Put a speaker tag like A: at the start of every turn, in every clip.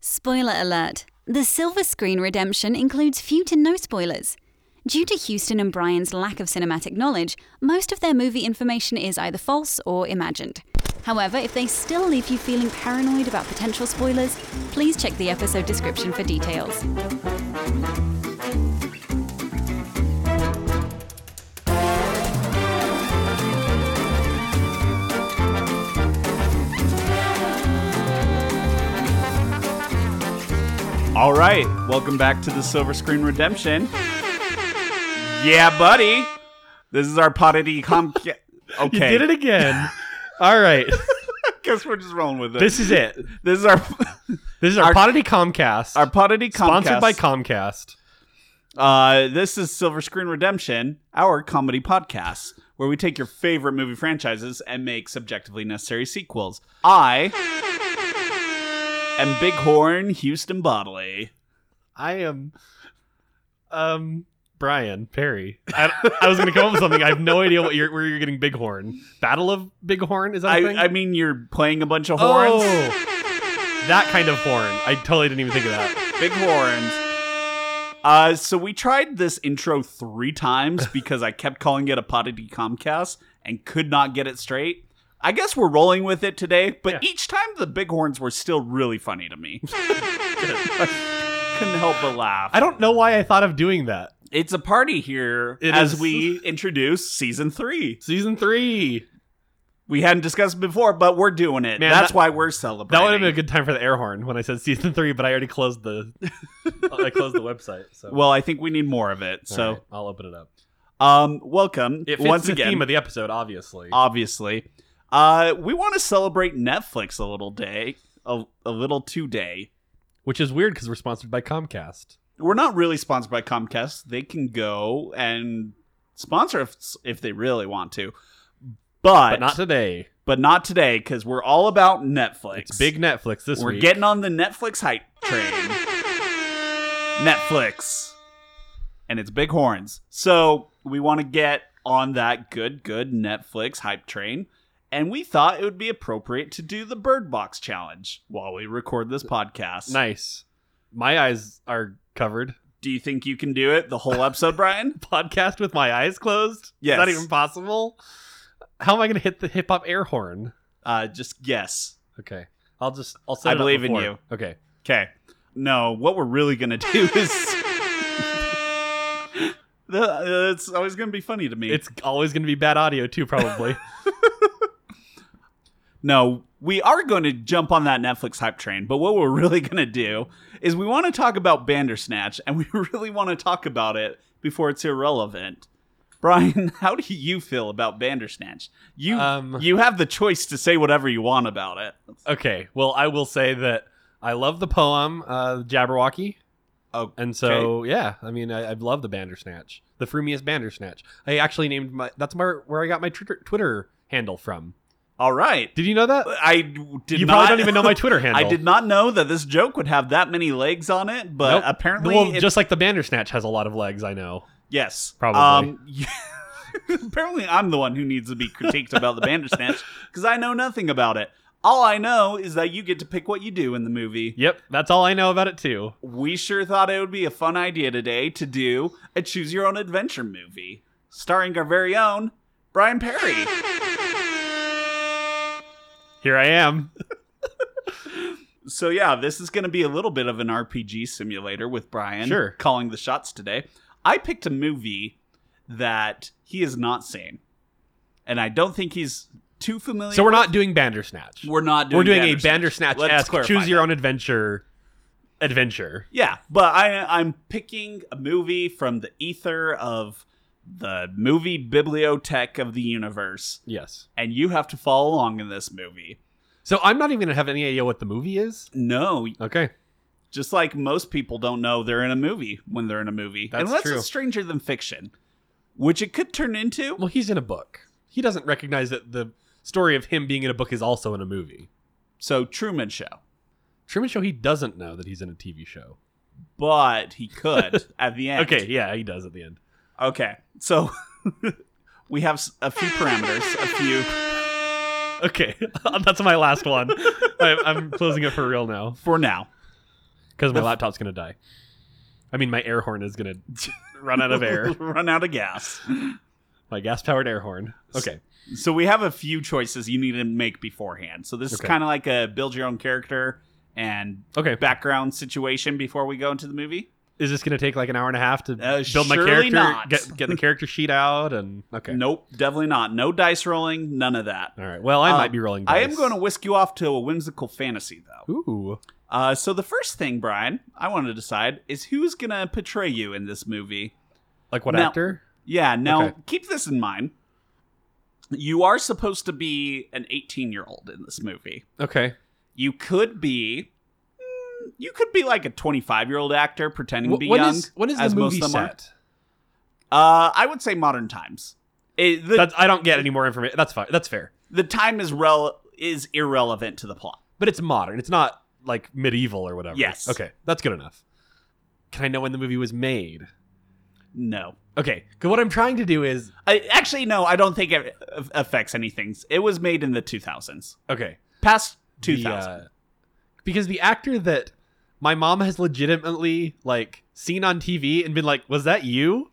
A: Spoiler alert the silver screen redemption includes few to no spoilers. Due to Houston and Brian's lack of cinematic knowledge, most of their movie information is either false or imagined. However, if they still leave you feeling paranoid about potential spoilers, please check the episode description for details.
B: All right, welcome back to the Silver Screen Redemption. Yeah, buddy. This is our podity com. Okay,
C: You did it again. All right.
B: guess we're just rolling with it.
C: This is it.
B: this is our
C: This is
B: Our-
C: our, Podity Comcast.
B: our podity Comcast.
C: sponsored by Comcast.
B: Uh, this is Silver Screen Redemption, our comedy podcast, where we take your favorite movie franchises and make subjectively necessary sequels. I am Bighorn Houston Bodley.
C: I am um Brian Perry. I, I was going to come up with something. I have no idea what you're where you're getting Bighorn. Battle of Bighorn is that a
B: I,
C: thing?
B: I mean, you're playing a bunch of
C: Oh.
B: horns.
C: that kind of horn. I totally didn't even think of that.
B: Big horns. Uh, so we tried this intro three times because I kept calling it a potty Comcast and could not get it straight. I guess we're rolling with it today, but
C: Yeah.
B: each time the bighorns were still really funny to me. Couldn't help but laugh.
C: I don't know why I thought of doing that.
B: It's a party here
C: It
B: as
C: is.
B: we introduce season three.
C: Season 3.
B: We hadn't discussed it before, but we're doing it.
C: Man,
B: That's
C: that-
B: why we're celebrating.
C: That would have been a good time for the air horn when I said season 3, but I already closed the I closed the website. So
B: Well, I think we need more of it.
C: All
B: so,
C: right, I'll open it up.
B: um, welcome
C: It fits
B: once
C: the
B: again.
C: theme of the episode, obviously.
B: obviously. Uh, we want to celebrate Netflix a little day, a, a little today.
C: which is weird because we're sponsored by Comcast.
B: We're not really sponsored by Comcast. They can go and sponsor us if they really want to, but
C: But not today.
B: but not today because we're all about Netflix.
C: It's big Netflix this
B: We're
C: week.
B: getting on the Netflix hype train. Netflix. And it's big horns. So we want to get on that good, good Netflix hype train. And we thought it would be appropriate to do the Bird Box Challenge while we record this podcast.
C: nice. My eyes are covered.
B: Do you think you can do it the whole episode, Brian?
C: Podcast with my eyes closed.
B: Yes.
C: Is that even possible? How am I going to hit the hip hop air horn?
B: Uh, just yes.
C: Okay. I'll just. I'll set
B: I
C: it up
B: believe in
C: before.
B: you.
C: Okay.
B: Okay. No, what we're really going to do is. The, uh, it's always going to be funny to me.
C: It's always going to be bad audio too, probably.
B: No, we are going to jump on that Netflix hype train, but what we're really going to do is we want to talk about Bandersnatch, and we really want to talk about it before it's irrelevant. Brian, how do you feel about Bandersnatch? You
C: Um.
B: you have the choice to say whatever you want about it.
C: okay. Well, I will say that I love the poem uh, Jabberwocky.
B: Oh,
C: And so, yeah, I mean, I, I love the Bandersnatch, the frumiest Bandersnatch. I actually named my that's my where I got my Twitter, Twitter handle from.
B: all right.
C: Did you know that?
B: I did.
C: you
B: not,
C: probably don't even know my Twitter handle.
B: I did not know that this joke would have that many legs on it, but
C: Nope.
B: apparently,
C: well,
B: it-
C: just like the Bandersnatch has a lot of legs, I know.
B: Yes,
C: Probably.
B: Um, apparently, I'm the one who needs to be critiqued about the Bandersnatch because I know nothing about it. All I know is that you get to pick what you do in the movie.
C: Yep, that's all I know about it too.
B: We sure thought it would be a fun idea today to do a choose your own adventure movie starring our very own Brian Perry.
C: Here I am.
B: So yeah, this is going to be a little bit of an RPG simulator with Brian
C: Sure.
B: calling the shots today. I picked a movie that he has not seen, and I don't think he's too familiar.
C: So we're not doing Bandersnatch.
B: We're not doing
C: We're doing a
B: Bandersnatch. Let's
C: Bandersnatch-esque
B: clarify
C: choose your
B: that.
C: own adventure adventure.
B: Yeah, but I I'm picking a movie from the ether of the movie bibliotech of the universe,
C: Yes.
B: and you have to follow along in this movie.
C: So I'm not even gonna have any idea what the movie is.
B: No,
C: Okay.
B: just like most people don't know they're in a movie when they're in a movie.
C: That's
B: Unless
C: true.
B: it's stranger than fiction. Which it could turn into.
C: Well, he's in a book. He doesn't recognize that the story of him being in a book is also in a movie.
B: So Truman Show.
C: Truman Show, he doesn't know that he's in a TV show.
B: But he could at the end.
C: Okay, yeah, he does at the end.
B: Okay. So we have s- a few parameters, a few
C: Okay, that's my last one. I, I'm closing it for real now.
B: for now.
C: because my laptop's gonna die. I mean, my air horn is gonna run out of air.
B: Run out of gas.
C: My gas-powered air horn. Okay.
B: So we have a few choices you need to make beforehand. So this is
C: Okay.
B: kind of like a build your own character and
C: Okay.
B: background situation before we go into the movie.
C: Is this gonna take like an hour and a half to
B: Uh,
C: build my
B: surely
C: character?
B: not.
C: Get get the character sheet out and okay.
B: Nope, definitely not. No dice rolling, none of that.
C: All right. Well, I
B: Um,
C: might be rolling.
B: I
C: Dice.
B: am going to whisk you off to a whimsical fantasy, though.
C: Ooh.
B: Uh, so the first thing, Brian, I want to decide is who's going to portray you in this movie.
C: Like what
B: Now-
C: actor?
B: Yeah. Now
C: Okay.
B: keep this in mind. You are supposed to be an 18 year old in this movie.
C: Okay.
B: You could be. mm, You could be like a 25 year old actor pretending to
C: Wh-
B: be
C: when
B: young.
C: is when is
B: as
C: the
B: most
C: movie
B: of them are.
C: set?
B: Uh, I would say modern times. It- the,
C: That's, I don't get any more information. That's fine. That's fair.
B: the time is rel- is irrelevant to the plot.
C: But it's modern. It's not like medieval or whatever.
B: Yes.
C: Okay. That's good enough. Can I know when the movie was made?
B: No.
C: Okay. 'cause what I'm trying to do is
B: I, actually, no, I don't think it a- affects anything. It was made in the 2000s.
C: okay.
B: Past
C: the,
B: 2000.
C: uh, because the actor that my mom has legitimately like seen on TV and been like, "Was that you?"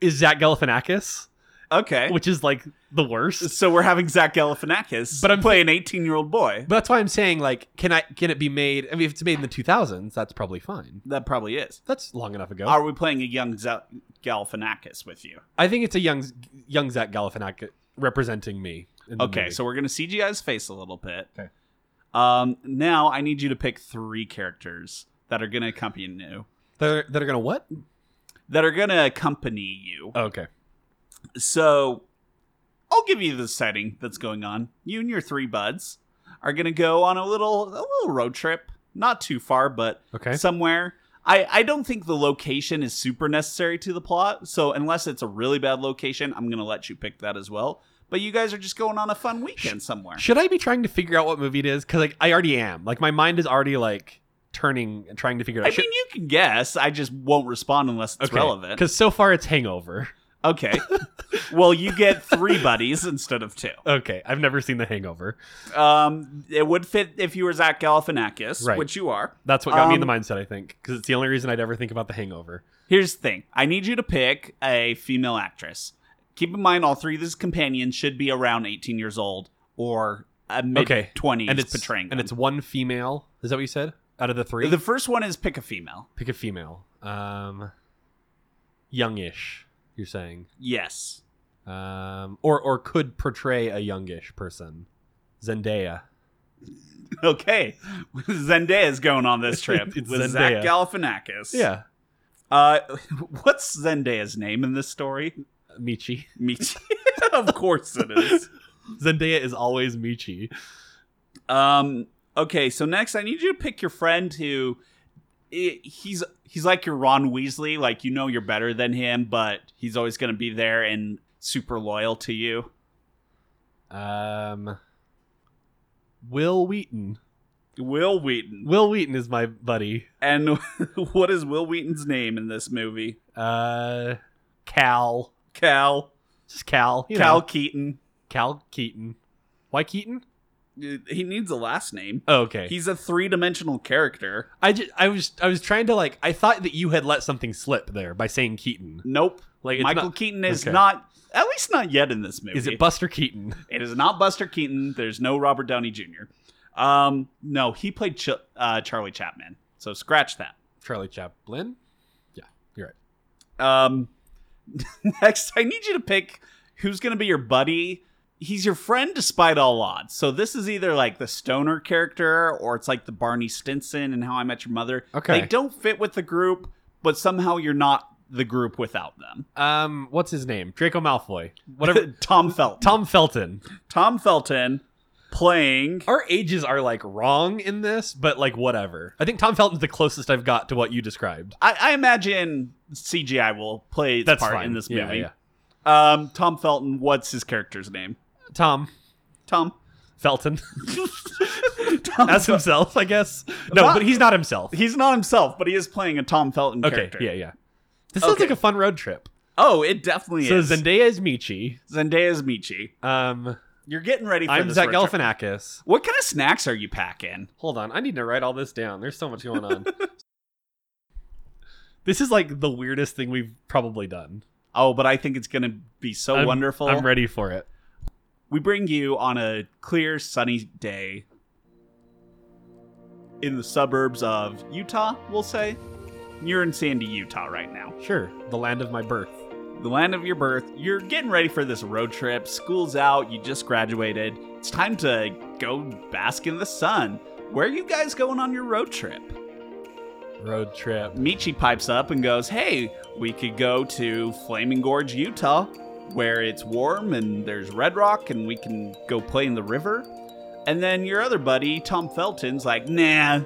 C: is Zach Galifianakis,
B: okay.
C: uh, which is like the worst.
B: So we're having Zach Galifianakis
C: But I'm-
B: play an 18 year old boy.
C: But that's why I'm saying like, can I can it be made? I mean, if it's made in the 2000s, that's probably fine.
B: That probably is.
C: That's long enough ago.
B: Are we playing a young Zach Galifianakis with you?
C: I think it's a young young Zach Galifianakis representing me. in the
B: Okay,
C: movie.
B: so we're gonna CGI his face a little bit.
C: Okay.
B: Um, now I need you to pick three characters that are gonna accompany you.
C: that are, that are gonna what?
B: That are gonna accompany you.
C: Oh, okay.
B: So I'll give you the setting that's going on. You and your three buds are gonna go on a little a little road trip. Not too far, but
C: Okay.
B: somewhere. I, I don't think the location is super necessary to the plot, so unless it's a really bad location, I'm gonna let you pick that as well. But you guys are just going on a fun weekend somewhere.
C: Should I be trying to figure out what movie it is? Because like I already am. Like my mind is already like turning and trying to figure it
B: I
C: out.
B: mean, you can guess. I just won't respond unless it's relevant.
C: Because so far it's Hangover.
B: Okay. well, you get three buddies instead of two.
C: Okay, I've never seen The Hangover.
B: Um, it would fit if you were Zach Galifianakis,
C: Right.
B: which you are.
C: That's what got me in the
B: Um,
C: mindset. I think because it's the only reason I'd ever think about The Hangover.
B: Here's the thing: I need you to pick a female actress. Keep in mind, all three of his companions should be around 18 years old or a mid
C: Okay,
B: 20s
C: and it's
B: portraying
C: and
B: them.
C: it's one female. Is that what you said? Out of the three,
B: the first one is pick a female.
C: pick a female. Um, youngish. You're saying,
B: Yes.
C: um, or or could portray a youngish person. Zendaya.
B: Okay. Zendaya is going on this trip
C: It's
B: with Zach
C: Zendaya.
B: Galifianakis.
C: Yeah,
B: Uh, what's Zendaya's name in this story?
C: Michi.
B: Michi. of course it is.
C: Zendaya is always Michi.
B: Um. Okay. So next, I need you to pick your friend who i he's he's like your Ron Weasley. Like you know you're better than him, but he's always going to be there and super loyal to you.
C: Um, Will Wheaton.
B: Will Wheaton.
C: Will Wheaton is my buddy.
B: And what is Will Wheaton's name in this movie?
C: Uh, Cal.
B: Cal.
C: Just Cal. you
B: Cal
C: know.
B: Keaton.
C: Cal Keaton. Why Keaton?
B: He needs a last name.
C: Oh, okay.
B: He's a three-dimensional character.
C: I just, I was I was trying to like I thought that you had let something slip there by saying Keaton.
B: Nope.
C: Like it's
B: Michael
C: not-
B: Keaton is
C: okay.
B: not at least not yet in this movie.
C: Is it Buster Keaton?
B: It is not Buster Keaton. There's no Robert Downey Jr. Um, no, he played Ch- uh, Charlie Chapman. So scratch that.
C: Charlie Chaplin.
B: Um, next, I need you to pick who's going to be your buddy. He's your friend despite all odds. So this is either like the stoner character or it's like the Barney Stinson and How I Met Your Mother.
C: Okay.
B: They don't fit with the group, but somehow you're not the group without them.
C: Um, what's his name? Draco Malfoy. Whatever.
B: Tom Felton.
C: Tom Felton.
B: Tom Felton playing.
C: Our ages are like wrong in this, but like whatever. I think Tom Felton's the closest I've got to what you described.
B: I, I imagine CGI will play its
C: That's
B: part
C: fine
B: in this
C: Yeah,
B: movie.
C: yeah.
B: Um, Tom Felton, what's his character's name?
C: Tom
B: Tom.
C: Felton
B: Tom
C: as himself, I guess. No,
B: Not-
C: but he's not himself.
B: He's not himself, but he is playing a Tom Felton
C: Okay.
B: character.
C: Yeah, yeah. This sounds
B: Okay.
C: like a fun road trip.
B: Oh, it definitely
C: So
B: is.
C: Zendaya is Michi.
B: Zendaya's Michi.
C: Um,
B: You're getting ready for
C: I'm
B: this
C: Zach
B: road trip.
C: Galifianakis.
B: What kind of snacks are you packing?
C: Hold on, I need to write all this down. There's so much going on. This is like the weirdest thing we've probably done.
B: Oh, but I think it's going to be so
C: I'm-
B: wonderful.
C: I'm ready for it.
B: We bring you on a clear, sunny day in the suburbs of Utah, we'll say. You're in Sandy, Utah right now.
C: Sure. The land of my birth.
B: The land of your birth. You're getting ready for this road trip. School's out. You just graduated. It's time to go bask in the sun. Where are you guys going on your road trip?
C: Road trip.
B: Michi pipes up and goes, Hey, we could go to Flaming Gorge, Utah, where it's warm and there's red rock and we can go play in the river. And then your other buddy, Tom Felton's like, Nah,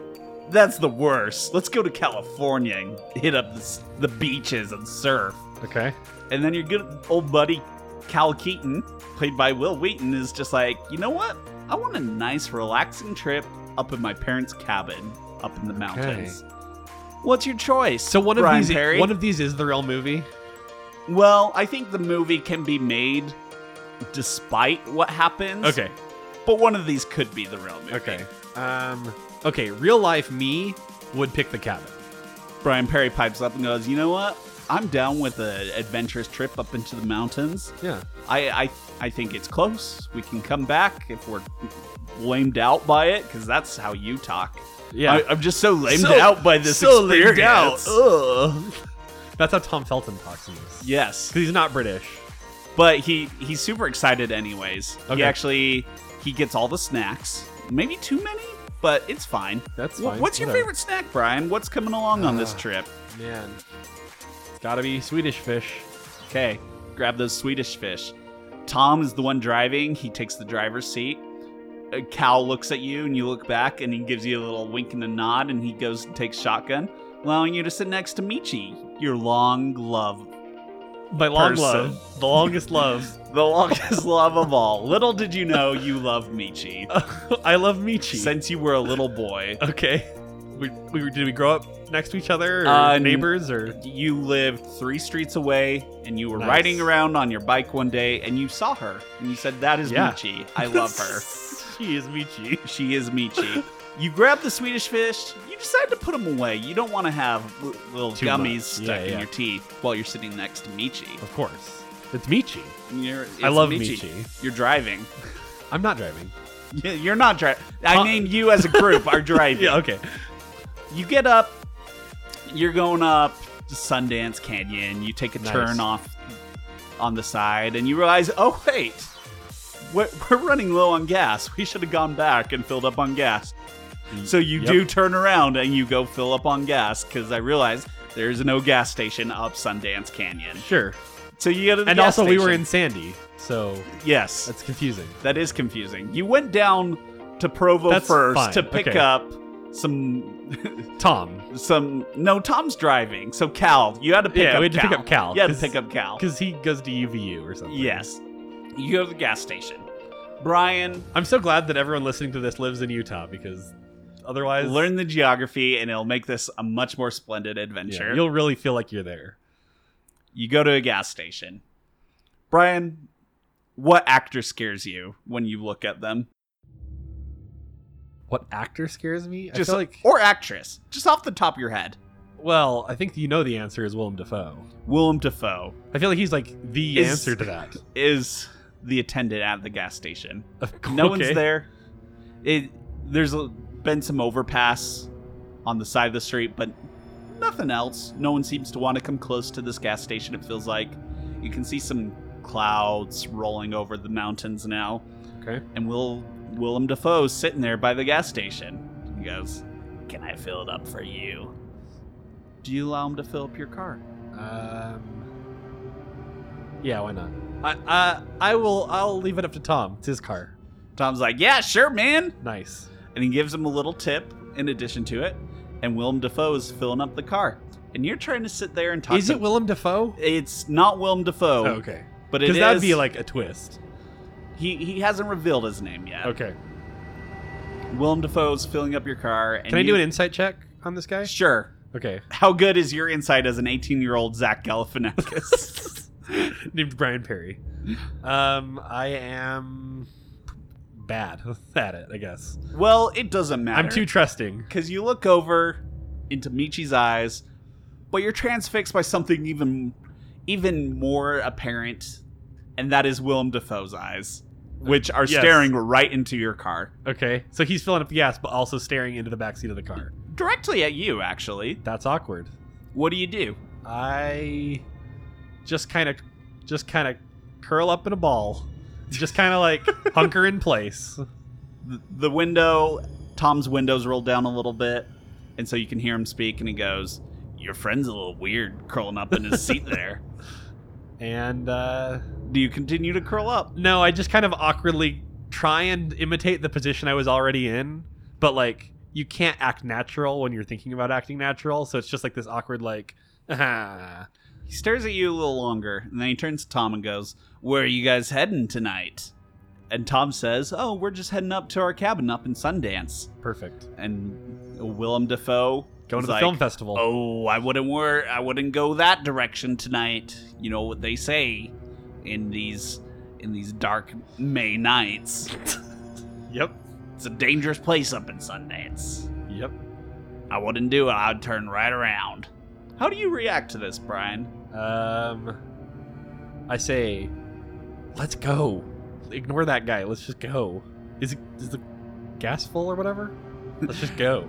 B: that's the worst. Let's go to California and hit up the, s- the beaches and surf.
C: Okay.
B: And then your good old buddy, Cal Keaton, played by Will Wheaton, is just like, You know what? I want a nice, relaxing trip up in my parents' cabin up in the mountains. What's your choice?
C: So one of
B: Brian
C: these
B: Perry?
C: one of these is the real movie.
B: Well, I think the movie can be made despite what happens. But one of these could be the real movie.
C: Okay. Um okay, real life me would pick the cabin.
B: Brian Perry pipes up and goes, You know what? I'm down with an adventurous trip up into the mountains.
C: Yeah.
B: I, I I think it's close. We can come back if we're lamed out by it, because that's how you talk.
C: Yeah.
B: I, am just so lamed
C: So-
B: out by this
C: so lamed
B: experience.
C: out.
B: Ugh.
C: That's how Tom Felton talks in this.
B: Yes,
C: 'Cause he's not British.
B: but he he's super excited anyways. He
C: Okay.
B: actually he gets all the snacks. Maybe too many, but it's fine.
C: That's
B: Wh-
C: fine,
B: What's your
C: whatever.
B: favorite snack, Brian? What's coming along on this
C: Ah.
B: trip?
C: Man. It's gotta be Swedish fish.
B: Okay, grab those Swedish fish. Tom is the one driving. He takes the driver's seat. Uh, Cal looks at you, and you look back, and he gives you a little wink and a nod, and he goes and takes shotgun, allowing you to sit next to Michi, your long love,
C: By long
B: Person.
C: love. The longest love.
B: the longest love of all. Little did you know you love Michi
C: I love Michi.
B: since you were a little boy.
C: okay. We, we did we grow up next to each other or
B: Uh, n-
C: neighbors or
B: You lived three streets away, and you were
C: Nice.
B: riding around on your bike one day, and you saw her, and you said, "That is
C: Yeah.
B: Michi. I love her."
C: she is Michi.
B: She is Michi. you grab the Swedish fish. You decide to put them away. You don't want to have l- little
C: Too
B: gummies
C: much.
B: stuck
C: Yeah, yeah.
B: in your teeth while you're sitting next to Michi.
C: Of course. It's Michi.
B: You're, it's
C: I love
B: Michi.
C: Michi.
B: You're driving.
C: I'm not driving.
B: Y- You're not driving. I
C: Huh?
B: mean, you as a group are driving.
C: Yeah, okay.
B: You get up. You're going up to Sundance Canyon. You take a
C: Nice.
B: turn off on the side, and you realize, oh wait, we're, we're running low on gas. We should have gone back and filled up on gas. So you
C: Yep.
B: do turn around and you go fill up on gas because I realized there's no gas station up Sundance Canyon.
C: Sure.
B: So you get to the
C: And
B: gas
C: also we were
B: station.
C: in Sandy, so
B: yes,
C: that's confusing.
B: that is confusing. You went down to Provo
C: That's
B: first
C: fine,
B: to pick
C: okay.
B: up some
C: Tom.
B: some no Tom's driving so Cal you had to pick
C: Yeah,
B: up
C: we had to
B: Cal.
C: pick up Cal,
B: you had to
C: 'cause-
B: pick up Cal
C: Because he goes to UVU or something.
B: yes you go to the gas station Brian
C: I'm so glad that everyone listening to this lives in Utah because otherwise
B: learn the geography and it'll make this a much more splendid
C: yeah,
B: adventure
C: you'll really feel like you're there.
B: you go to a gas station Brian what actor scares you when you look at them
C: What actor scares me?
B: just
C: I feel like
B: or actress just off the top of your head
C: well, I think you know the answer is Willem Dafoe.
B: Willem Dafoe
C: I feel like he's like the
B: Is-
C: answer to that.
B: is the attendant at the gas station No
C: okay.
B: one's there. It there's a- been some overpass on the side of the street, but nothing else. No one seems to want to come close to this gas station. It feels like you can see some clouds rolling over the mountains now.
C: Okay.
B: And Will Willem Dafoe's sitting there by the gas station. He goes, "Can I fill it up for you?" Do you allow him to fill up your car?
C: Um, yeah, why not? I, I I will I'll leave it up to Tom. It's his car.
B: Tom's like, "Yeah, sure, man."
C: Nice.
B: and he gives him a little tip in addition to it. And Willem Dafoe is filling up the car, and you're trying to sit there and talk.
C: Is
B: to- Oh,
C: it Willem Dafoe?
B: It's not Willem Dafoe,
C: okay.
B: but it
C: Because
B: is.
C: that'd be like a twist.
B: he he hasn't revealed his name yet.
C: Okay.
B: Willem Dafoe is filling up your car. And
C: Can I
B: you-
C: do an insight check on this guy?
B: Sure.
C: Okay.
B: How good is your insight as an 18 year old Zach Galifianakis?
C: Named Brian Perry. Um, I am bad at it. I guess
B: well, it doesn't matter.
C: I'm too trusting.
B: because you look over into Michi's eyes, but you're transfixed by something even even more apparent, and that is Willem Dafoe's eyes, which are
C: Yes.
B: staring right into your car.
C: Okay, so he's filling up the gas, but also staring into the backseat of the car.
B: Directly at you, actually.
C: That's awkward.
B: What do you do?
C: I just kind of, just kind of curl up in a ball, just kind of like hunker in place.
B: Th- The window, Tom's windows rolled down a little bit, and so you can hear him speak, and he goes, Your friend's a little weird curling up in his seat there.
C: And uh,
B: Do you continue to curl up?
C: no, I just kind of awkwardly try and imitate the position I was already in, but like you can't act natural when you're thinking about acting natural, so it's just like this awkward like.
B: He stares at you a little longer, and then he turns to Tom and goes, Where are you guys heading tonight? And Tom says, Oh, we're just heading up to our cabin up in Sundance.
C: Perfect.
B: And Willem Dafoe
C: Going
B: is
C: to the
B: like,
C: film festival.
B: Oh, I wouldn't wor- I wouldn't go that direction tonight. You know what they say in these in these dark May nights.
C: Yep.
B: It's a dangerous place up in Sundance.
C: Yep.
B: I wouldn't do it. I'd turn right around. How do you react to this, Brian?
C: Um, I say, let's go. Ignore that guy. Let's just go. Is it, is the gas full or whatever? Let's just go.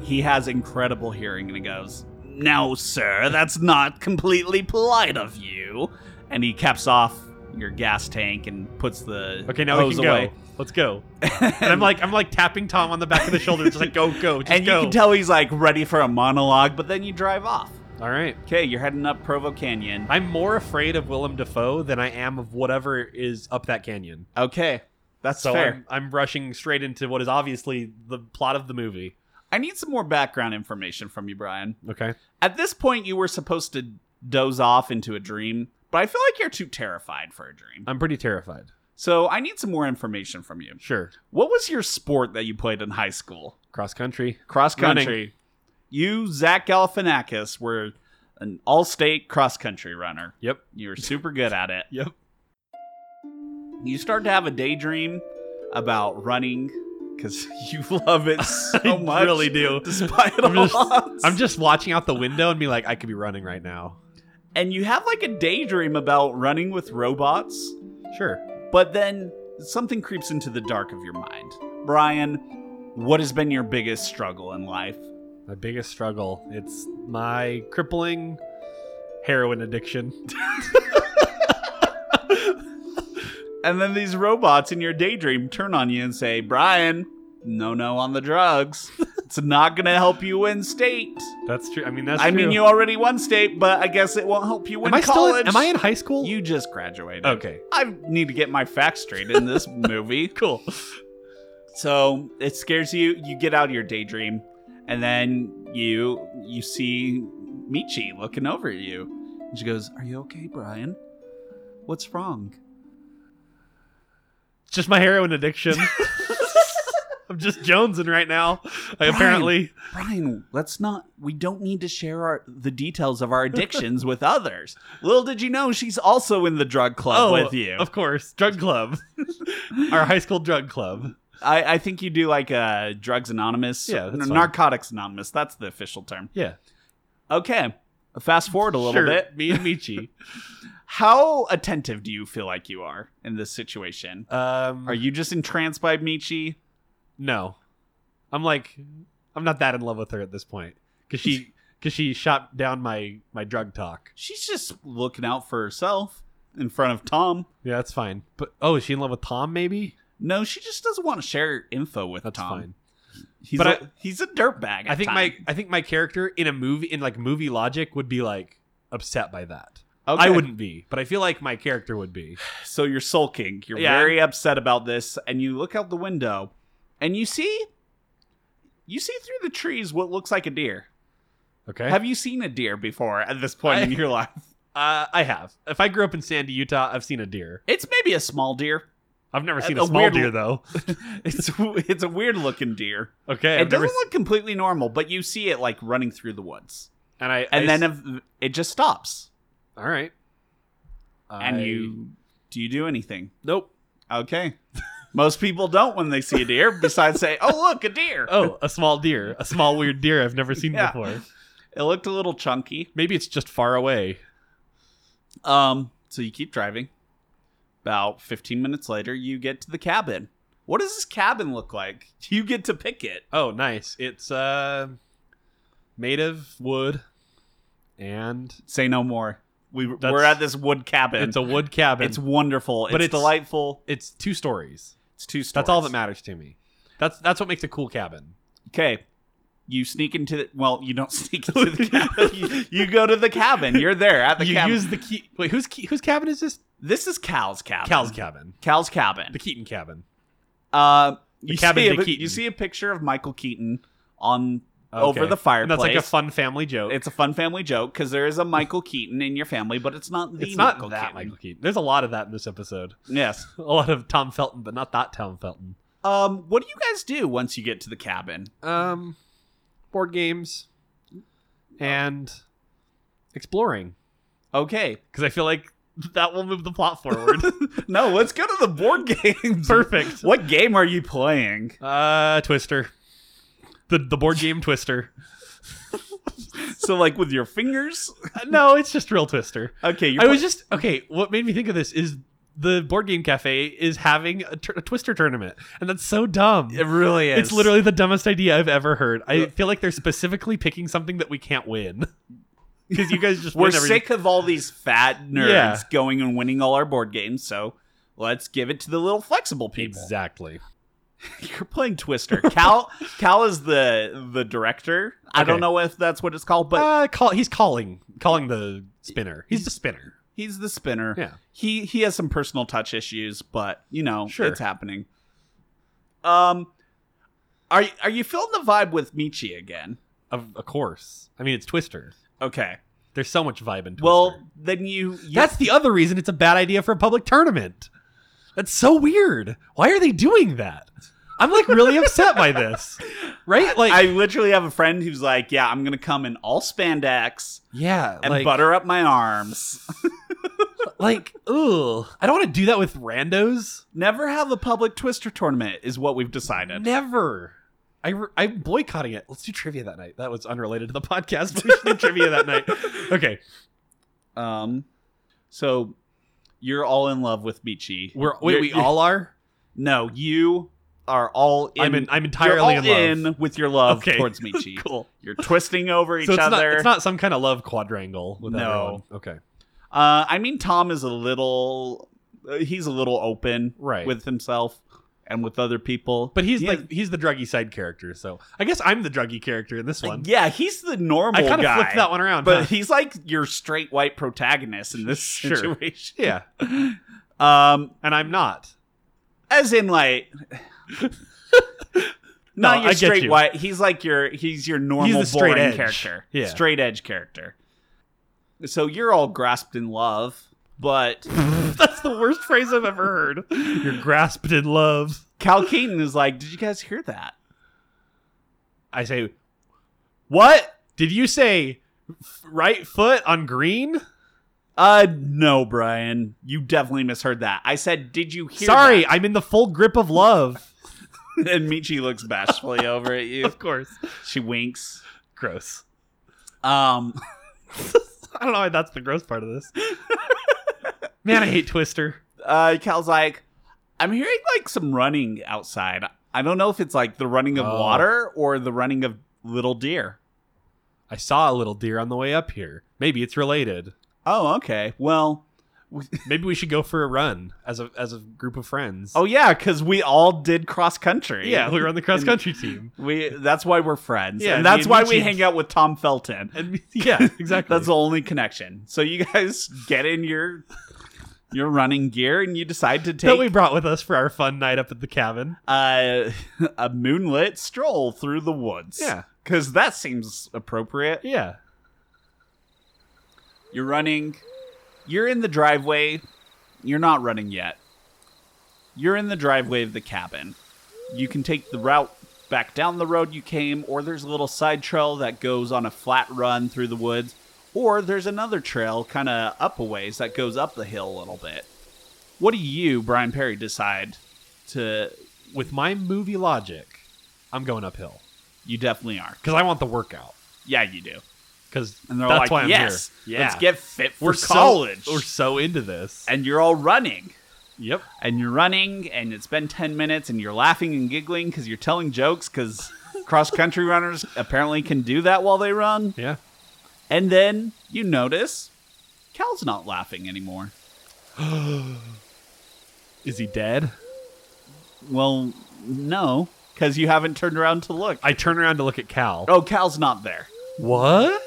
B: He has incredible hearing and he goes, No, sir, that's not completely polite of you. And he caps off your gas tank and puts the.
C: Okay, now we
B: hose
C: can go.
B: away.
C: Let's go. And I'm like, I'm like tapping Tom on the back of the shoulder, just like go, go, just
B: and
C: go.
B: you can tell he's like ready for a monologue, but then you drive off.
C: All right.
B: Okay, you're heading up Provo Canyon.
C: I'm more afraid of Willem Dafoe than I am of whatever is up that canyon.
B: Okay, that's
C: So
B: fair.
C: I'm, I'm rushing straight into what is obviously the plot of the movie.
B: I need some more background information from you, Brian.
C: Okay.
B: At this point, you were supposed to doze off into a dream, but I feel like you're too terrified for a dream.
C: I'm pretty terrified.
B: So I need some more information from you.
C: Sure.
B: What was your sport that you played in high school?
C: Cross country.
B: Cross
C: Running.
B: country. You, Zach Galifianakis, were an all-state cross country runner.
C: Yep.
B: You were super good at it.
C: Yep.
B: You start to have a daydream about running because you love it so
C: I
B: much.
C: really do.
B: Despite
C: I'm
B: all
C: just-
B: odds.
C: I'm just watching out the window and be like, I could be running right now.
B: and you have like a daydream about running with robots,
C: Sure.
B: but then something creeps into the dark of your mind. Brian, what has been your biggest struggle in life?
C: My biggest struggle. It's my crippling heroin addiction.
B: And then these robots in your daydream turn on you and say, Brian, no, no on the drugs. It's not going to help you win state.
C: That's true. I mean, that's
B: I
C: true.
B: mean, you already won state, but I guess it won't help you win
C: am I still?
B: college.
C: In, am I in high school?
B: You just graduated.
C: okay?
B: I need to get my facts straight in this movie.
C: Cool.
B: So it scares you. You get out of your daydream, and then you you see Michi looking over at you. And she goes, "Are you okay, Brian? What's wrong?"
C: It's Just my heroin addiction. I'm just jonesing right now. I apparently
B: Brian, let's not. We don't need to share our, the details of our addictions with others. Little did you know, she's also in the drug club
C: oh,
B: with you.
C: Of course, drug club. Our high school drug club.
B: I, I think you do like uh, Drugs Anonymous.
C: Yeah, that's
B: No,
C: fine.
B: Narcotics Anonymous. That's the official term.
C: Yeah,
B: Okay. Fast forward a little
C: sure.
B: bit.
C: Me and Michi.
B: How attentive do you feel like you are in this situation?
C: Um,
B: Are you just entranced by Michi?
C: No, I'm like, I'm not that in love with her at this point because she because she shot down my my drug talk.
B: She's just looking out for herself in front of Tom.
C: Yeah, that's fine. But oh, is she in love with Tom? Maybe
B: No, she just doesn't want to share info with
C: that's
B: Tom.
C: fine.
B: He's
C: But
B: a, he's a dirtbag.
C: I think my I think my character in a movie in like movie logic would be like upset by that.
B: my
C: I wouldn't be, but I feel like my character would be.
B: So you're sulking. You're
C: Yeah.
B: very upset about this, and you look out the window, and you see, you see through the trees what looks like a deer.
C: Okay,
B: Have you seen a deer before at this point in
C: I-
B: your life?
C: uh, I have. If I grew up in Sandy, Utah, I've seen a deer.
B: It's maybe a small deer.
C: I've never seen
B: a
C: a small
B: weird-
C: deer though.
B: It's it's a weird looking deer.
C: Okay,
B: it
C: I've
B: doesn't
C: never s-
B: look completely normal, but you see it like running through the woods,
C: and I
B: and
C: I
B: then
C: s-
B: ev- it just stops.
C: all right, I-
B: And you do you do anything?
C: nope.
B: Okay. Most people don't when they see a deer. Besides say, "Oh look, a deer."
C: Oh, a small deer, a small weird deer I've never seen
B: Yeah.
C: before.
B: It looked a little chunky.
C: Maybe it's just far away.
B: Um, so you keep driving. About 15 minutes later, you get to the cabin. What does this cabin look like? You get to pick it.
C: Oh, nice. It's uh, made of wood, and
B: Say no more. We,
C: That's-
B: we're at this wood cabin.
C: it's a wood cabin.
B: It's wonderful.
C: But
B: it's,
C: it's-
B: delightful.
C: it's two stories.
B: It's two stories.
C: That's all that matters to me. That's that's what makes a cool cabin.
B: Okay. You sneak into the well. You don't sneak into the cabin. you, you go to the cabin. You're there at the
C: you
B: cabin.
C: use the key. Wait, whose key, whose cabin is this?
B: this is Cal's cabin.
C: Cal's cabin.
B: Cal's cabin.
C: The Keaton cabin.
B: Uh, you
C: cabin
B: see
C: to
B: a,
C: Keaton.
B: You see a picture of Michael Keaton on
C: Okay.
B: over the
C: And
B: fireplace.
C: that's like a fun family joke.
B: it's a fun family joke because there is a Michael Keaton in your family, but it's not the
C: It's not
B: Michael
C: that
B: Keaton.
C: Michael Keaton. There's a lot of that in this episode.
B: Yes.
C: A lot of Tom Felton, but not that Tom Felton.
B: Um, what do you guys do once you get to the cabin?
C: Um, board games and exploring
B: Okay.
C: because I feel like that will move the plot forward.
B: No, let's go to the board games.
C: Perfect.
B: What game are you playing?
C: Uh, Twister. The the board game Twister.
B: So, like with your fingers?
C: Uh, No, it's just real Twister.
B: Okay, you're
C: I was just okay. What made me think of this is the board game cafe is having a, tur- a Twister tournament, and that's so dumb.
B: It really is.
C: It's literally the dumbest idea I've ever heard. I feel like they're specifically picking something that we can't win. Because you guys just
B: We're
C: win everything.
B: sick of all these fat nerds
C: Yeah.
B: going and winning all our board games, so let's give it to the little flexible people.
C: Exactly.
B: You're playing Twister. Cal Cal is the the director. I
C: Okay.
B: don't know if that's what it's called, but
C: uh, call, he's calling, calling the spinner. He's the spinner.
B: he's the spinner.
C: Yeah.
B: He he has some personal touch issues, but you know,
C: Sure.
B: it's happening. Um are y- are you feeling the vibe with Michi again?
C: Of, of course. I mean, it's Twister.
B: Okay.
C: There's so much vibe in Twister.
B: Well, then you, you
C: that's the other reason it's a bad idea for a public tournament. That's so weird. Why are they doing that? I'm like really upset by this. Right? Like,
B: I literally have a friend who's like, "Yeah, I'm gonna come in all spandex
C: yeah,
B: and
C: like,
B: butter up my arms."
C: like, ugh. I don't want to do that with randos.
B: Never have a public Twister tournament is what we've decided.
C: Never. I re- I'm boycotting it. Let's do trivia that night. That was unrelated to the podcast. But we should do trivia that night. Okay,
B: Um, so you're all in love with Michi.
C: we're wait.
B: You're-
C: we
B: you're-
C: all are.
B: no, you are all in.
C: I'm in, I'm
B: you're all
C: entirely in love.
B: in with your love
C: Okay.
B: towards Michi.
C: Cool.
B: You're twisting over each
C: so it's not,
B: other.
C: it's not some kind of love quadrangle. With
B: No.
C: everyone. Okay.
B: uh, I mean, Tom is a little. Uh, he's a little open
C: Right.
B: with himself and with other people,
C: But he's
B: He
C: like he's the druggy side character. So I guess I'm the druggy character in this
B: is-
C: one.
B: yeah, he's the normal
C: I kind of
B: guy.
C: flipped that one around.
B: But
C: huh?
B: he's like your straight white protagonist in this
C: Sure.
B: situation.
C: yeah,
B: Um,
C: and I'm not.
B: as in like
C: No,
B: not your
C: I get
B: straight
C: you.
B: white he's like your he's your normal
C: the straight
B: boring
C: edge.
B: character
C: Yeah.
B: straight edge character so you're all grasped in love but
C: That's the worst phrase I've ever heard. You're grasped in love.
B: cal keaton is like did you guys hear that
C: I say, "What did you say? F- Right foot on green?
B: uh no brian you definitely misheard that i said did you hear
C: Sorry, I'm in the full grip of love."
B: that?" and michi looks bashfully over at you
C: of course,
B: she winks
C: gross.
B: um
C: I don't know why that's the gross part of this. Man, I hate Twister.
B: uh, Cal's like, I'm hearing like some running outside. I don't know if it's like the running of
C: Oh.
B: water or the running of little deer.
C: I saw a little deer on the way up here. Maybe it's related.
B: Oh, okay. Well,
C: Maybe we should go for a run as a as a group of friends.
B: oh yeah, because we all did cross country.
C: yeah, we were on the cross country team.
B: we that's why we're friends.
C: Yeah,
B: and
C: me
B: that's
C: and
B: why
C: Michi-
B: we hang out with Tom Felton.
C: And yeah, exactly.
B: That's the only connection. So you guys get in your your running gear and you decide to
C: that we
B: take
C: brought with us for our fun night up at the cabin.
B: uh, a moonlit stroll through the woods.
C: Yeah.
B: because that seems appropriate.
C: Yeah.
B: You're running. You're in the driveway. You're not running yet. You're in the driveway of the cabin. You can take the route back down the road you came, or there's a little side trail that goes on a flat run through the woods, or there's another trail kind of up a ways that goes up the hill a little bit. What do you, Brian Perry, decide to?
C: With my movie logic, I'm going uphill
B: You definitely are.
C: because I want the workout.
B: Yeah, you do.
C: because
B: And they're
C: that's
B: like,
C: why I'm
B: yes,
C: here.
B: let's get fit for
C: we're
B: college.
C: So, we're so into this.
B: and you're all running.
C: Yep.
B: And you're running, and it's been 10 minutes, and you're laughing and giggling because you're telling jokes because cross country runners apparently can do that while they run.
C: Yeah.
B: And then you notice Cal's not laughing anymore.
C: Is he dead?
B: Well, no, because you haven't turned around to look.
C: I turn around to look at Cal.
B: Oh, Cal's not there.
C: What?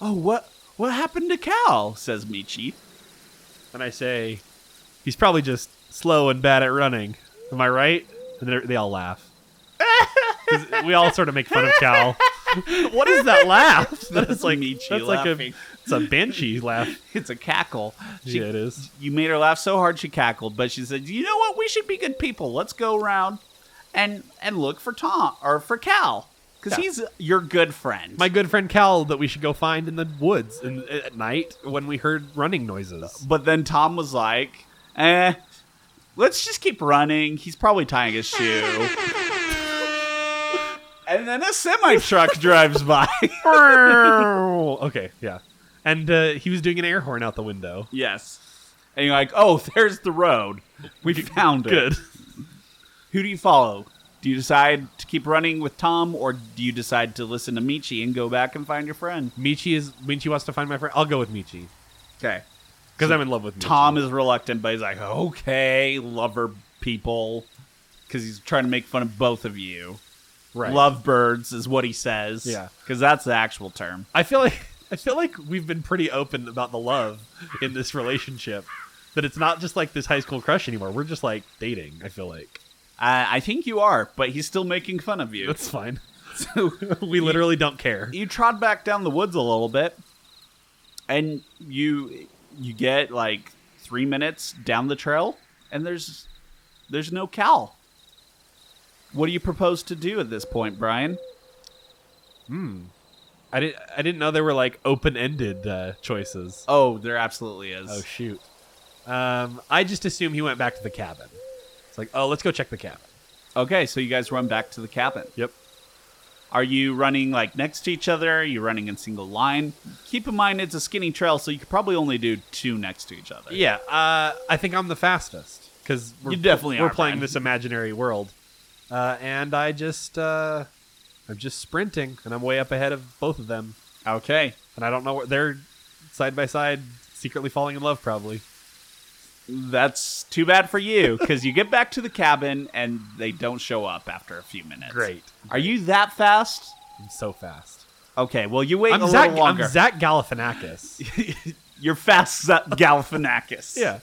B: Oh, what what happened to Cal? Says Michi.
C: And I say, he's probably just slow and bad at running. Am I right? And they're- they all laugh. 'Cause we all sort of make fun of Cal. what is that laugh?
B: That's
C: That's like
B: Michi
C: that's like a
B: laughing.
C: it's a banshee laugh.
B: It's a cackle. She,
C: yeah, it is.
B: You made her laugh so hard she cackled, but she said, "You know what? We should be good people. Let's go around and and look for Tom or for Cal because
C: Yeah.
B: he's your good friend."
C: My good friend Cal that we should go find in the woods and at night when we heard running noises.
B: But then Tom was like, eh, let's just keep running. He's probably tying his shoe. and then a semi truck drives by.
C: okay, yeah. And uh, he was doing an air horn out the window.
B: yes. And you're like, oh, there's the road. We found it.
C: Good.
B: Who do you follow? Do you decide to keep running with Tom, or do you decide to listen to Michi and go back and find your friend?
C: Michi is Michi wants to find my friend. I'll go with Michi
B: Okay.
C: because I'm in love with Michi.
B: Tom is reluctant, but he's like, okay, lover people. Because he's trying to make fun of both of you.
C: right.
B: Lovebirds is what he says.
C: Yeah.
B: Because that's the actual term.
C: I feel like I feel like we've been pretty open about the love in this relationship. That it's not just like this high school crush anymore. We're just like dating. I feel like
B: Uh, I think you are, but he's still making fun of you.
C: that's fine.
B: So
C: We literally don't care.
B: you trod back down the woods a little bit, and you you get like three minutes down the trail, and there's there's no cow. What do you propose to do at this point, Brian?
C: I didn't. I didn't know there were like open-ended uh, choices.
B: Oh, there absolutely is.
C: Oh shoot. Um, I just assume he went back to the cabin. It's like, oh, let's go check the cabin.
B: okay, so you guys run back to the cabin.
C: Yep.
B: Are you running like next to each other? Are you running in single line? Keep in mind it's a skinny trail, so you could probably only do two next to each other.
C: Yeah, uh, I think I'm the fastest because we're
B: You definitely
C: we're
B: are,
C: playing
B: man.
C: this imaginary world, uh, and I just uh, I'm just sprinting, and I'm way up ahead of both of them,
B: Okay.
C: and I don't know where they're side by side, secretly falling in love, probably.
B: That's too bad for you because you get back to the cabin and they don't show up after a few minutes.
C: Great.
B: Are you that fast?
C: I'm so fast.
B: Okay. Well, you wait
C: I'm
B: a
C: Zach.
B: little longer.
C: I'm Zach Galifianakis.
B: You're fast, Za- Galifianakis.
C: yeah,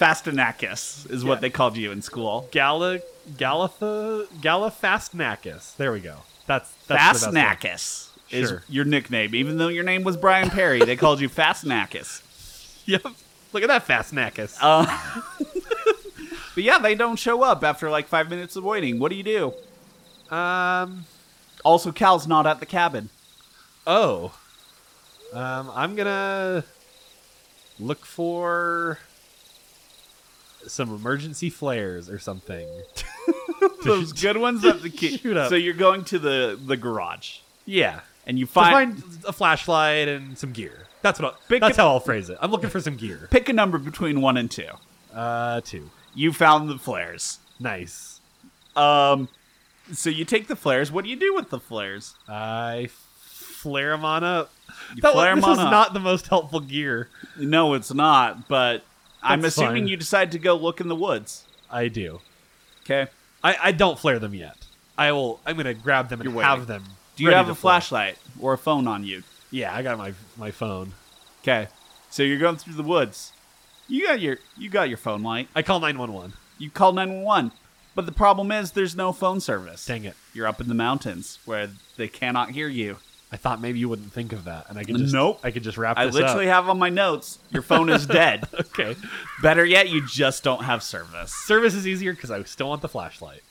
B: Fastinakis is what
C: Yeah.
B: they called you in school.
C: Gala Galitha Galifastnakis. There we go. That's that's the best one.
B: Fastnakis is
C: Sure.
B: your nickname, even though your name was Brian Perry. They called you Fastnakis.
C: Yep. Look at that Fastnakis.
B: Uh, but yeah, they don't show up after like five minutes of waiting. What do you do?
C: um.
B: Also, Cal's not at the cabin.
C: Oh. Um, I'm gonna look for some emergency flares or something.
B: those good ones that the kid.
C: Shoot up.
B: So you're going to the the garage
C: Yeah.
B: and you
C: To
B: find,
C: find a flashlight and some gear. That's what. I'll,
B: Pick
C: that's
B: a-
C: how I'll phrase it. I'm looking for some gear.
B: pick a number between one and two.
C: Uh, two.
B: You found the flares.
C: Nice.
B: Um, so you take the flares. What do you do with the flares?
C: I flare them on up.
B: You
C: That was-
B: flare 'em
C: this
B: on
C: is
B: up.
C: not the most helpful gear.
B: No, it's not. But I'm
C: That's
B: assuming
C: fine.
B: you decide to go look in the woods.
C: I do.
B: Okay.
C: I, I don't flare them yet. I will. I'm gonna grab them and
B: You're
C: have
B: waiting.
C: them.
B: Do you
C: ready
B: have
C: to
B: a
C: flare.
B: flashlight or a phone on you?
C: Yeah, I got my my phone.
B: Okay. So you're going through the woods. You got your you got your phone light.
C: I call nine one one.
B: You call 911. But the problem is there's no phone service.
C: Dang it.
B: You're up in the mountains where they cannot hear you.
C: I thought maybe you wouldn't think of that, and I could just
B: Nope.
C: I could just wrap
B: I
C: this
B: literally have on my notes your phone is dead.
C: up. Okay,
B: Better yet, you just don't have service.
C: service is easier because I still want the flashlight.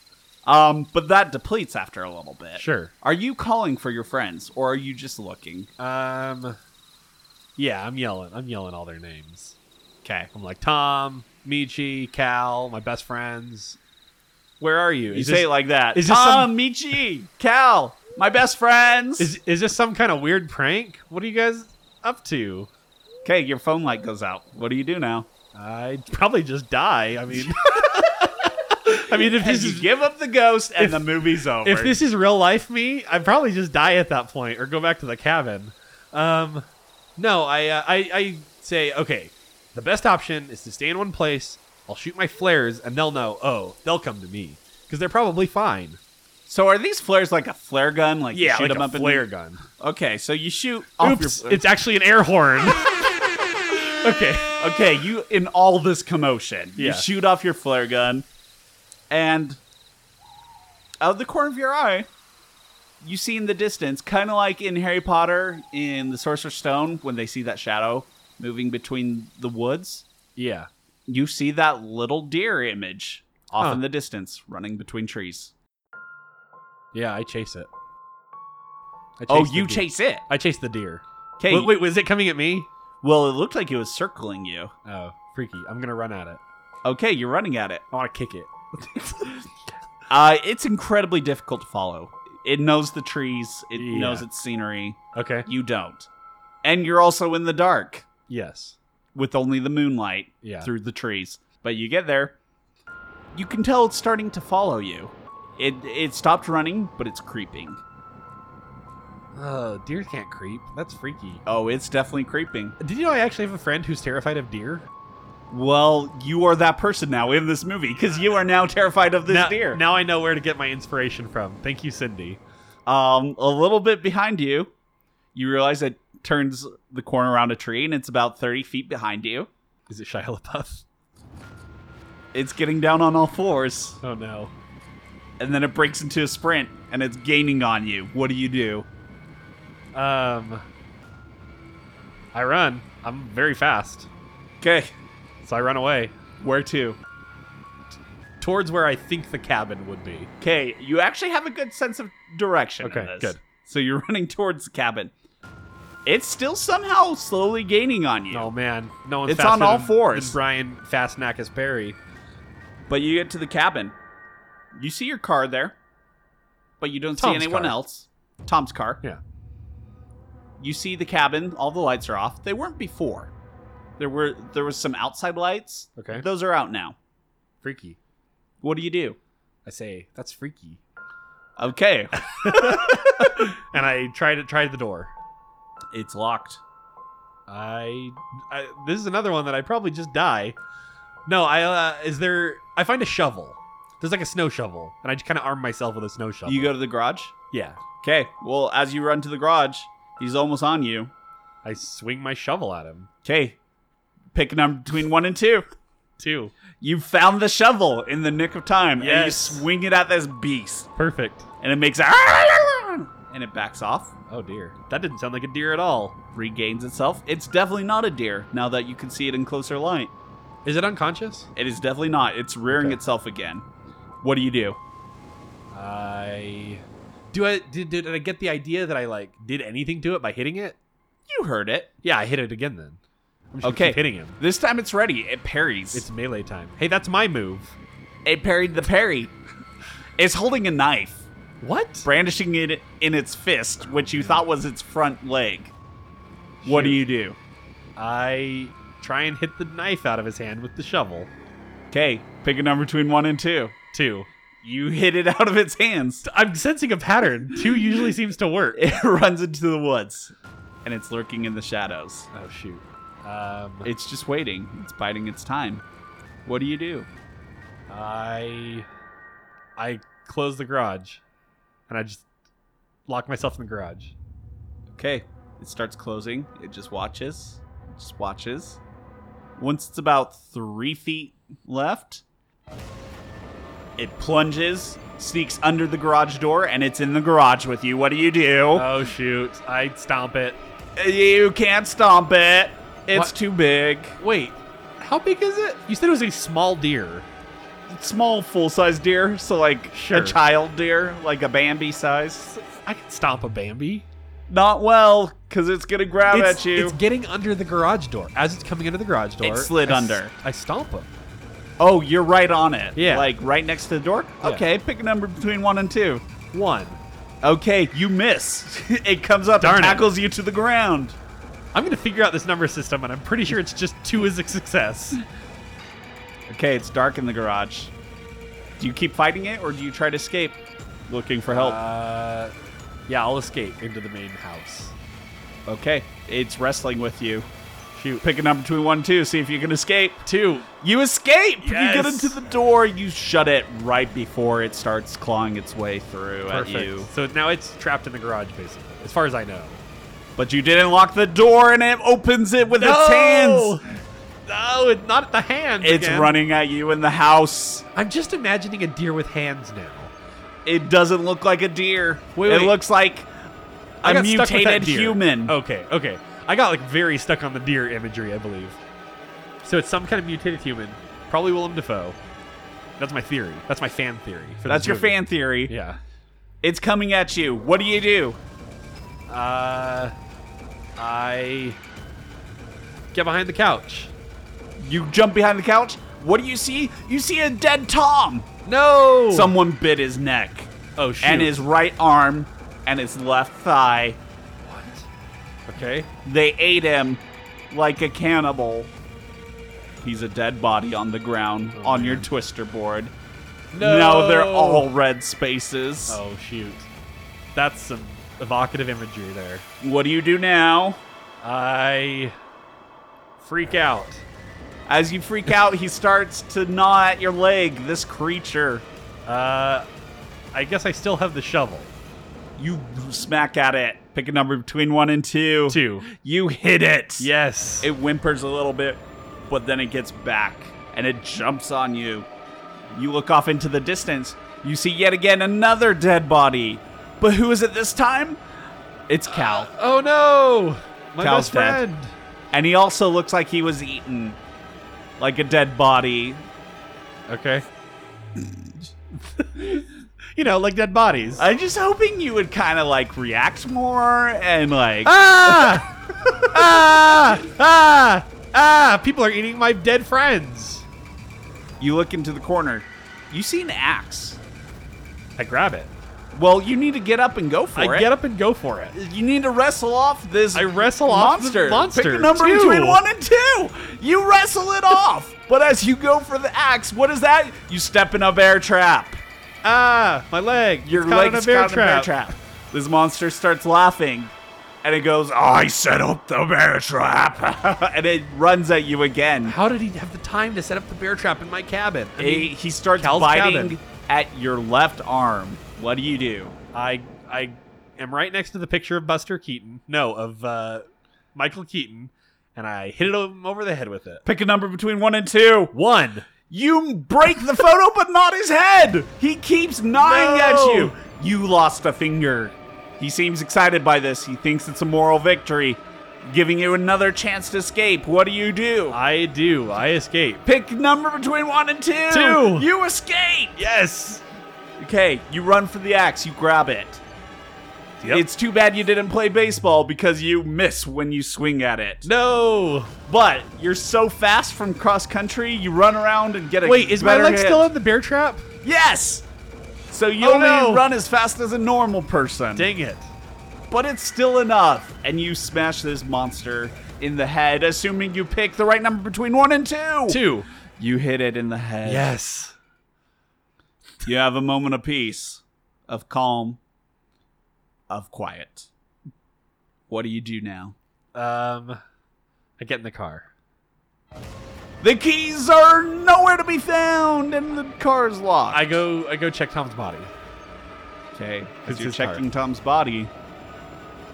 B: Um, but that depletes after a little bit.
C: Sure.
B: Are you calling for your friends or are you just looking?
C: Um, yeah, I'm yelling. I'm yelling all their names.
B: Okay.
C: I'm like Tom, Michi, Cal, my best friends. Where are you?
B: You
C: Is
B: say
C: this-
B: it like that.
C: is this
B: Tom, Michi, Cal, My best friends.
C: Is is this some kind of weird prank? What are you guys up to?
B: Okay, your phone light goes out. What do you do now?
C: I'd probably just die. I mean, I mean, if
B: And
C: this
B: you
C: is
B: give up the ghost, and the movie's over.
C: if this is real life me, I'd probably just die at that point or go back to the cabin. Um, no, I, uh, I, I say, okay, the best option is to stay in one place. I'll shoot my flares and they'll know, oh, they'll come to me because they're probably fine.
B: so are these flares like a flare gun? Like you
C: Yeah,
B: shoot
C: like
B: them
C: a
B: up
C: flare
B: in
C: gun.
B: the- Okay, so you shoot. Off
C: Oops,
B: your,
C: it's actually an air horn. okay.
B: okay. You in all this commotion, you
C: Yeah.
B: shoot off your flare gun, and out of the corner of your eye, you see in the distance, kind of like in Harry Potter in the Sorcerer's Stone when they see that shadow moving between the woods.
C: Yeah.
B: you see that little deer image off
C: Huh.
B: in the distance running between trees.
C: Yeah, I chase it. I chase
B: oh,
C: the
B: you
C: deer.
B: chase it.
C: I chase the deer.
B: Okay.
C: Wait, wait, was it coming at me?
B: Well, it looked like it was circling you.
C: Oh, freaky. I'm going to run at it.
B: Okay, you're running at it.
C: I want to kick it.
B: Uh, it's incredibly difficult to follow. It knows the trees, it
C: Yeah.
B: knows its scenery.
C: Okay.
B: You don't. And you're also in the dark
C: Yes.
B: with only the moonlight
C: Yeah.
B: through the trees. But you get there. You can tell it's starting to follow you. It it stopped running, but it's creeping.
C: Oh, deer can't creep. That's freaky.
B: Oh, it's definitely creeping.
C: Did you know I actually have a friend who's terrified of deer?
B: Well, you are that person now in this movie because you are now terrified of this
C: now,
B: deer.
C: Now I know where to get my inspiration from. Thank you, Cindy.
B: um, a little bit behind you, you realize it turns the corner around a tree and it's about 30 feet behind you.
C: Is it Shia LaBeouf?
B: It's getting down on all fours
C: Oh no.
B: and then it breaks into a sprint and it's gaining on you. What do you do?
C: Um, I run. I'm very fast,
B: Okay,
C: so I run away
B: where to?
C: towards where I think the cabin would be.
B: Okay, you actually have a good sense of direction. in
C: Okay,
B: this.
C: good.
B: So you're running towards the cabin. It's still somehow slowly gaining on you.
C: Oh man, no one's
B: It's
C: faster
B: on all
C: than-
B: fours.
C: Than Brian Fastnackis Perry.
B: But you get to the cabin. You see your car there, but you don't see
C: Tom's
B: anyone
C: car.
B: else. Tom's car.
C: Yeah.
B: You see the cabin. All the lights are off. They weren't before. There were there was some outside lights.
C: Okay.
B: Those are out now.
C: Freaky.
B: What do you do?
C: I say that's freaky,
B: Okay.
C: and I try to try the door.
B: it's locked.
C: I, I this is another one that I probably just die. No, I uh, is there? I find a shovel. There's like a snow shovel, and I just kind of arm myself with a snow shovel.
B: You go to the garage.
C: yeah.
B: Okay. Well, as you run to the garage, he's almost on you.
C: I swing my shovel at him
B: Okay. Pick a number between one and two.
C: too.
B: You found the shovel in the nick of time, and you
C: Yes.
B: swing it at this beast.
C: Perfect.
B: and it makes a and it backs off,
C: Oh dear, that didn't sound like a deer at all.
B: regains itself. It's definitely not a deer now that you can see it in closer light.
C: Is it unconscious?
B: It is definitely not. It's rearing
C: Okay.
B: itself again. What do you do?
C: I do. I did, did. I get the idea that I like did anything to it by hitting it?
B: You heard it.
C: Yeah, I hit it again. Then I'm just gonna
B: Okay.
C: keep hitting him.
B: This time it's ready. It parries.
C: It's melee time. Hey, that's my move.
B: it parried the parry. It's holding a knife,
C: What?
B: brandishing it in its fist, which you thought was its front leg. What do
C: Shoot.
B: you do?
C: I try and hit the knife out of his hand with the shovel.
B: Okay, pick a number between one and two.
C: Two.
B: You hit it out of its hands.
C: I'm sensing a pattern. Two usually seems to work.
B: It runs into the woods, and it's lurking in the shadows.
C: Oh shoot. Um,
B: It's just waiting. It's biding its time. What do you do?
C: I I close the garage, and I just lock myself in the garage.
B: Okay, it starts closing. It just watches. It just watches. Once it's about three feet left, it plunges, sneaks under the garage door, and it's in the garage with you. What do you do?
C: Oh shoot! I stomp it.
B: you can't stomp it. It's
C: What?
B: too big.
C: Wait, how big is it? You said it was a small deer.
B: It's small, full size deer, so like
C: Sure.
B: a child deer, like a Bambi size.
C: I can stomp a Bambi.
B: Not well, because it's gonna grab
C: it's,
B: at you.
C: it's getting under the garage door. As it's coming under the garage door,
B: slid
C: I s-
B: under.
C: I stomp him.
B: Oh, you're right on it.
C: Yeah.
B: Like right next to the door?
C: Yeah.
B: Okay, pick a number between one and two.
C: One.
B: Okay, you miss. it comes up
C: Darn it.
B: and tackles you to the ground.
C: I'm gonna figure out this number system, and I'm pretty sure it's just two is a success.
B: Okay, it's dark in the garage. Do you keep fighting it or do you try to escape? Looking for help.
C: Uh, yeah, I'll escape into the main house.
B: okay, it's wrestling with you.
C: Shoot,
B: Pick a number between one and two, see if you can escape.
C: two.
B: You escape! You get
C: Yes.
B: into the door, you shut it right before it starts clawing its way through
C: Perfect.
B: at you.
C: So now it's trapped in the garage, basically, as far as I know.
B: But you didn't lock the door and it opens it with its hands.
C: No, it's not the hands.
B: It's
C: again.
B: running at you in the house.
C: I'm just imagining a deer with hands now.
B: It doesn't look like a deer.
C: Wait,
B: it
C: wait.
B: looks like
C: I
B: a
C: got stuck with that
B: mutated
C: deer. Oh,
B: human.
C: Okay, okay. I got like very stuck on the deer imagery, I believe. So it's some kind of mutated human, probably Willem Dafoe. That's my theory. That's my fan theory. for
B: That's
C: this
B: your
C: movie.
B: fan theory.
C: Yeah.
B: It's coming at you. What do you do?
C: Uh, I get behind the couch.
B: You jump behind the couch. What do you see? You see a dead Tom.
C: No.
B: Someone bit his neck
C: Oh shoot.
B: and his right arm and his left thigh.
C: okay.
B: They ate him like a cannibal. He's a dead body on the ground
C: Oh,
B: on your twister board.
C: No.
B: Now they're all red spaces.
C: Oh shoot. That's some evocative imagery there.
B: What do you do now?
C: I freak out.
B: As you freak out, he starts to gnaw at your leg, this creature.
C: Uh, I guess I still have the shovel.
B: You smack at it. Pick a number between one and two.
C: Two.
B: You hit it.
C: Yes.
B: It whimpers a little bit, but then it gets back and it jumps on you. You look off into the distance. You see yet again another dead body. But who is it this time? It's Cal.
C: oh no! My
B: Cal's
C: best
B: dead.
C: friend.
B: And he also looks like he was eaten. Like a dead body.
C: Okay. you know, like dead bodies.
B: I'm just hoping you would kind of like react more and like.
C: ah! ah! Ah! Ah! People are eating my dead friends.
B: You look into the corner. You see an axe.
C: I grab it.
B: Well, you need to get up and go for
C: I
B: it.
C: get up and go for it.
B: You need to wrestle off this.
C: I wrestle off the
B: monster.
C: monster,
B: Pick a number
C: two.
B: between one and two. You wrestle it off. But as you go for the axe, what is that? You step in a bear trap.
C: Ah! My leg.
B: Your
C: It's caught
B: leg
C: in a
B: is
C: bear
B: caught in a bear
C: trap.
B: trap. This monster starts laughing, and it goes, "I set up the bear trap," and it runs at you again.
C: How did he have the time to set up the bear trap in my cabin? I
B: He-
C: mean,
B: he starts
C: Cal's
B: biting
C: cabin.
B: at your left arm. What do you do?
C: I I am right next to the picture of Buster Keaton. No, of uh, Michael Keaton, and I hit him over the head with it.
B: Pick a number between one and two.
C: One.
B: You break the photo, but not his head. He keeps gnawing
C: No.
B: at you. You lost a finger. He seems excited by this. He thinks it's a moral victory, giving you another chance to escape. What do you do?
C: I do. I escape.
B: Pick number between one and two.
C: Two.
B: You escape.
C: Yes.
B: Okay, you run for the axe. You grab it.
C: Yep.
B: It's too bad you didn't play baseball because you miss when you swing at it.
C: no.
B: But you're so fast from cross country, you run around and get a
C: Wait, is my
B: better
C: leg
B: hit.
C: still in the bear trap?
B: Yes. So you
C: Oh,
B: only
C: no.
B: run as fast as a normal person,
C: Dang it.
B: but it's still enough, and you smash this monster in the head, assuming you pick the right number between one and two.
C: Two.
B: You hit it in the head.
C: Yes.
B: You have a moment of peace, of calm, of quiet. What do you do now?
C: Um, I get in the car.
B: The keys are nowhere to be found, and the car's locked.
C: I go. I go check Tom's body.
B: Okay,
C: It's
B: as you're
C: his heart.
B: checking Tom's body,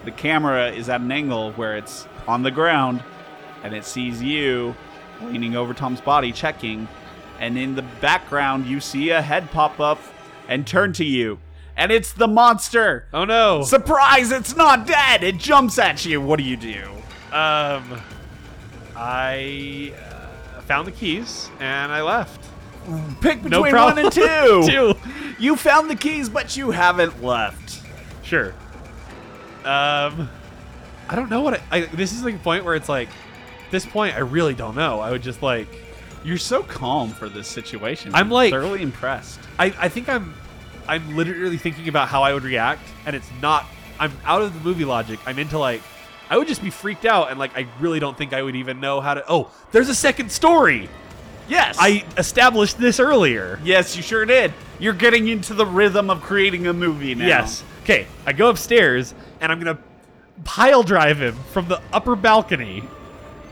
B: the camera is at an angle where it's on the ground and it sees you leaning over Tom's body checking. And in the background, you see a head pop up and turn to you. And it's the monster!
C: Oh no.
B: Surprise, it's not dead! It jumps at you! What do you do?
C: um, I uh, found the keys and I left.
B: Pick between
C: No
B: one
C: problem.
B: and two!
C: Two.
B: You found the keys, but you haven't left.
C: Sure. Um, I don't know what I, I. This is like a point where it's like, this point I really don't know. I would just like,
B: You're so calm for this situation.
C: I'm like-
B: thoroughly impressed.
C: I, I think I'm I'm literally thinking about how I would react, and it's not. I'm out of the movie logic. I'm into like, I would just be freaked out, and like, I really don't think I would even know how to. Oh, there's a second story.
B: Yes.
C: I established this earlier.
B: Yes, you sure did. You're getting into the rhythm of creating a movie now.
C: Yes. Okay. I go upstairs, and I'm gonna pile drive him from the upper balcony.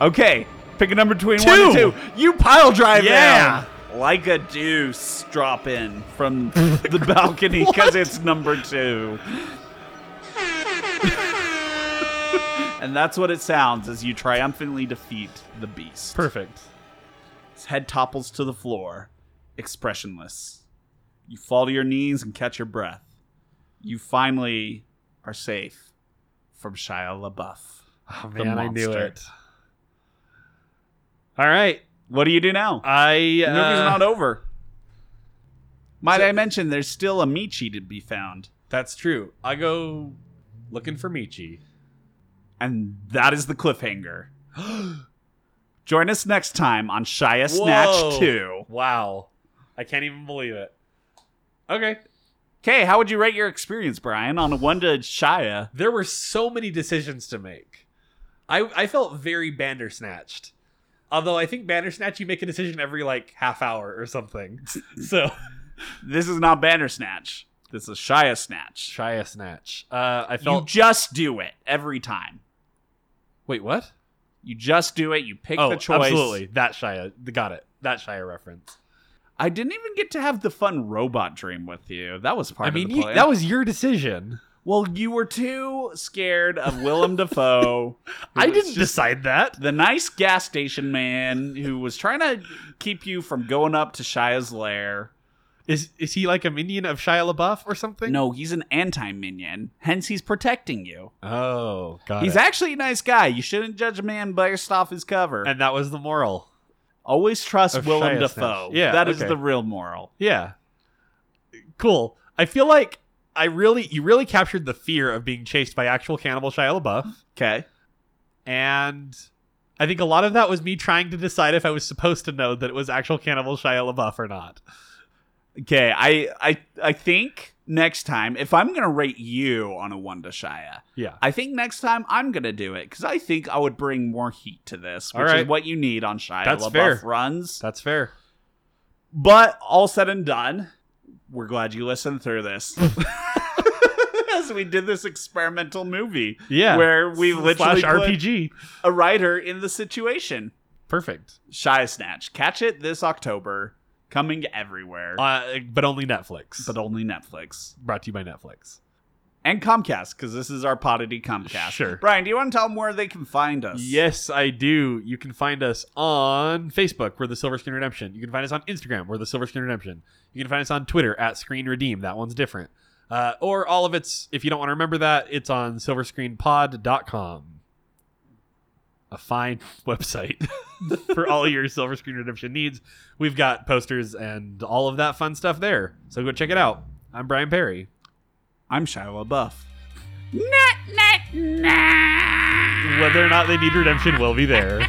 B: Okay. Pick a number between one and
C: Two.
B: two. You pile drive
C: Yeah.
B: down like a deuce. Drop in from the balcony because it's number two. and that's what it sounds as you triumphantly defeat the beast.
C: Perfect.
B: His head topples to the floor, expressionless. You fall to your knees and catch your breath. You finally are safe from Shia LaBeouf.
C: Oh
B: The
C: man, I knew
B: monster.
C: it. All right.
B: What do you do now?
C: I
B: the movie's
C: uh,
B: not over. Might I mention there's still a Michi to be found?
C: That's true. I go looking for Michi.
B: And that is the cliffhanger. Join us next time on Shia Snatch 2.
C: Wow. I can't even believe it. Okay.
B: Okay, how would you rate your experience, Brian, on a 1 to Shia?
C: There were so many decisions to make. I I felt very bandersnatched. Although I think Bandersnatch, you make a decision every like half hour or something. So
B: This is not Bandersnatch. This is Shia Snatch.
C: try a snatch. Uh, I
B: You just do it every time.
C: wait, what?
B: You just do it. You pick
C: oh,
B: the choice.
C: absolutely. That Shia got it. That Shia reference.
B: I didn't even get to have the fun robot dream with you. That was part
C: I mean,
B: of the
C: you,
B: plan.
C: that was your decision.
B: well, you were too scared of Willem Dafoe.
C: I
B: was
C: didn't
B: just
C: decide that.
B: The nice gas station man who was trying to keep you from going up to Shia's lair.
C: Is is he like a minion of Shia LaBeouf or something?
B: No, he's an anti minion, hence, he's protecting you.
C: Oh, got
B: He's actually a nice guy. You shouldn't judge a man based off his cover.
C: and that was the moral.
B: Always trust
C: Of
B: Willem
C: Shia
B: Dafoe.
C: Snatch. Yeah,
B: that is
C: okay.
B: the real moral.
C: Yeah. Cool. I feel like I really you really captured the fear of being chased by actual cannibal Shia LaBeouf,
B: Okay.
C: and I think a lot of that was me trying to decide if I was supposed to know that it was actual cannibal Shia LaBeouf or not.
B: Okay, I I I think next time if I'm gonna rate you on a one to Shia,
C: Yeah.
B: I think next time I'm gonna do it because I think I would bring more heat to this,
C: All
B: which
C: right.
B: is what you need on Shia
C: That's
B: LaBeouf
C: fair.
B: runs.
C: That's fair.
B: But all said and done, we're glad you listened through this. As we did this experimental movie,
C: Yeah.
B: where we literally
C: Slash
B: put
C: RPG.
B: a writer in the situation.
C: Perfect.
B: Shia Snatch, catch it this October, coming everywhere,
C: Uh, but only Netflix.
B: but only Netflix.
C: brought to you by Netflix.
B: and Comcast because this is our Podity Comcast.
C: Sure.
B: Brian, do you want to tell them where they can find us?
C: Yes, I do. You can find us on Facebook. We're the Silver Screen Redemption. You can find us on Instagram. We're the Silver Screen Redemption. You can find us on Twitter at Screen Redeem. That one's different. Uh, or all of it's, if you don't want to remember that, it's on silverscreenpod.com. A fine website for all your Silver Screen Redemption needs. We've got posters and all of that fun stuff there. So go check it out. I'm Brian Perry.
B: I'm Shia LaBeouf.
C: Whether or not they need redemption will be there.